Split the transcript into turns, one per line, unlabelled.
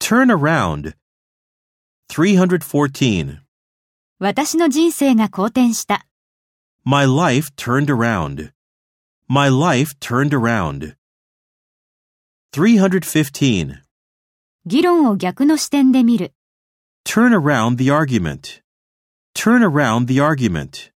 Turn around. 314.
私の人生が好転した。
My life turned around. My life turned around. 315.
議論を逆の視点で見る。
Turn around the argument. Turn around the argument.